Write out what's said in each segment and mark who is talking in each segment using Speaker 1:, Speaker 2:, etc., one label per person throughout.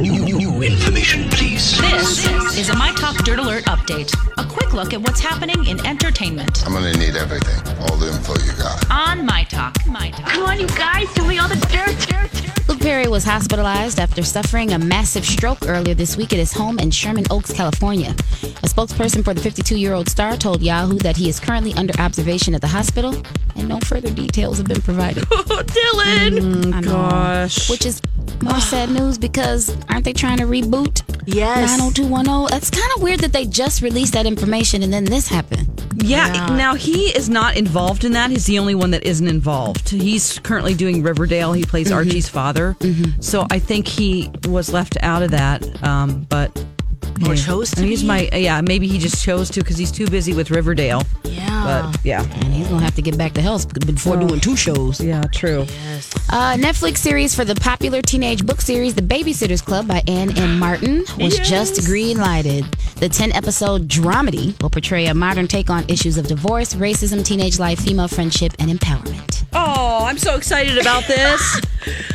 Speaker 1: New, new, new information, please.
Speaker 2: This is a My Talk Dirt Alert update. A quick look at what's happening in entertainment
Speaker 3: I'm gonna need everything, all the info you got.
Speaker 2: on My Talk. My Talk.
Speaker 4: Come on, you guys, give me all the dirt, dirt, dirt.
Speaker 5: Luke Perry was hospitalized after suffering a massive stroke earlier this week at his home in Sherman Oaks, California. A spokesperson for the 52 year old star told Yahoo that he is currently under observation at the hospital, and no further details have been provided.
Speaker 6: Oh,
Speaker 5: Mm,
Speaker 6: Dylan.
Speaker 5: I know.
Speaker 6: Gosh.
Speaker 5: Which is more sad news because aren't they trying to reboot
Speaker 6: Yes.
Speaker 5: 90210? That's kind of weird that they just released that information and then this happened.
Speaker 6: Yeah, Now he is not involved in that. He's the only one that isn't involved. He's currently doing Riverdale. He plays Archie's father. So I think he was left out of that. Um, but
Speaker 4: Or chose to
Speaker 6: and he's
Speaker 4: be.
Speaker 6: my yeah. Maybe he just chose to because he's too busy with Riverdale.
Speaker 4: Yeah.
Speaker 6: But yeah,
Speaker 5: And he's going to have to get back to health before doing two shows.
Speaker 6: yeah, true.
Speaker 5: Uh, Netflix series for the popular teenage book series The Babysitter's Club by Anne and Martin was just greenlighted. The 10 episode dramedy will portray a modern take on issues of divorce, racism, teenage life, female friendship, and empowerment.
Speaker 6: Oh, I'm so excited about this.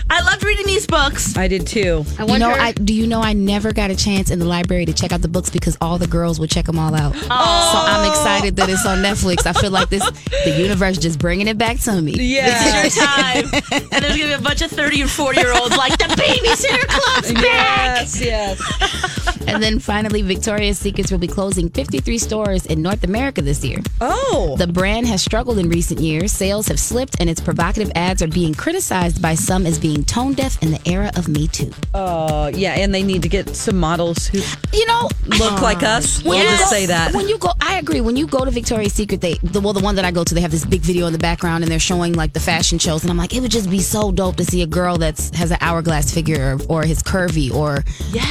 Speaker 4: I loved reading these books.
Speaker 6: I did too.
Speaker 4: I
Speaker 5: You
Speaker 4: wonder.
Speaker 5: know, I do you know I never got a chance in the library to check out the books because all the girls would check them all out. So I'm excited that it's on Netflix. I feel like this the universe just bringing it back to me.
Speaker 6: Yeah.
Speaker 4: your time. and there's gonna be a bunch of 30 and 40 year olds like the babysitter club's back.
Speaker 6: Yes, yes.
Speaker 5: And then finally Victoria's Secrets will be closing 53 stores in North America this year.
Speaker 6: Oh,
Speaker 5: The brand has struggled in recent years. Sales have slipped, and its provocative ads are being criticized by some as being tone deaf in the era of Me Too.
Speaker 6: uh, yeah, and they need to get some models who
Speaker 5: You know,
Speaker 6: look like us. We'll
Speaker 5: you
Speaker 6: just
Speaker 5: go-
Speaker 6: say that.
Speaker 5: When you go, I agree. When you go to Victoria's Secret, they the, well, the one that I go to, they have this big video in the background, and they're showing like the fashion shows, and I'm like, it would just be so dope to see a girl that's has an hourglass figure or, or is curvy or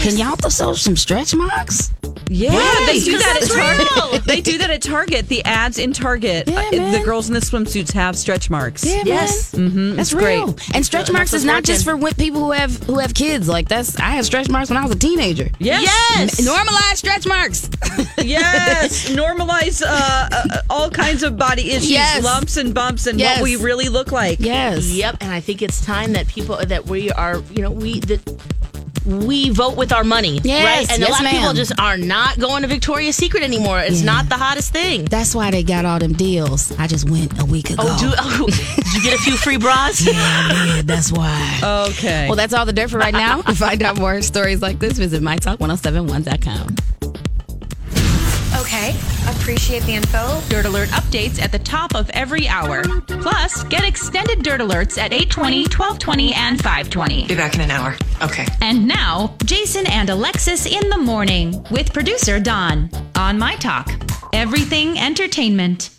Speaker 5: can y'all throw some- some stretch marks?
Speaker 6: Yeah, they
Speaker 5: Yes,
Speaker 6: do that at
Speaker 5: because it's real.
Speaker 6: Target. they do that at Target. The ads in Target,
Speaker 5: Yeah,
Speaker 6: uh, the
Speaker 5: man.
Speaker 6: girls in the swimsuits have stretch marks.
Speaker 4: Yes.
Speaker 5: mm-hmm, that's
Speaker 6: it's great.
Speaker 5: real. And stretch marks
Speaker 4: what's
Speaker 5: is not just for
Speaker 4: working.
Speaker 5: wi- people who have who have kids. Like that's I had stretch marks when I was a teenager.
Speaker 6: Yes.
Speaker 4: Yes.
Speaker 5: Normalize stretch marks.
Speaker 6: Yes. Normalize uh, uh, all kinds of body issues,
Speaker 5: Yes.
Speaker 6: lumps and bumps, and
Speaker 5: Yes.
Speaker 6: what we really look like.
Speaker 5: Yes.
Speaker 4: Yep, and I think it's time that people that we are, you know, we that we vote with our money,
Speaker 5: Yes,
Speaker 4: right? And a
Speaker 5: yes,
Speaker 4: lot of people
Speaker 5: ma'am.
Speaker 4: just are not going to Victoria's Secret anymore. It's not the hottest thing.
Speaker 5: That's why they got all them deals. I just went a week ago.
Speaker 4: Oh, do oh, did you get a few free bras?
Speaker 5: Yeah, I did. That's why.
Speaker 6: Okay.
Speaker 5: well, that's all the dirt for right now. to find out more stories like this, visit mytalk1071.com.
Speaker 7: Okay, appreciate the info.
Speaker 2: Dirt Alert updates at the top of every hour. Plus, get extended Dirt Alerts at 820, 1220, and 520.
Speaker 8: Be back in an hour. Okay.
Speaker 2: And now, Jason and Alexis in the morning with producer Don on My Talk. Everything Entertainment.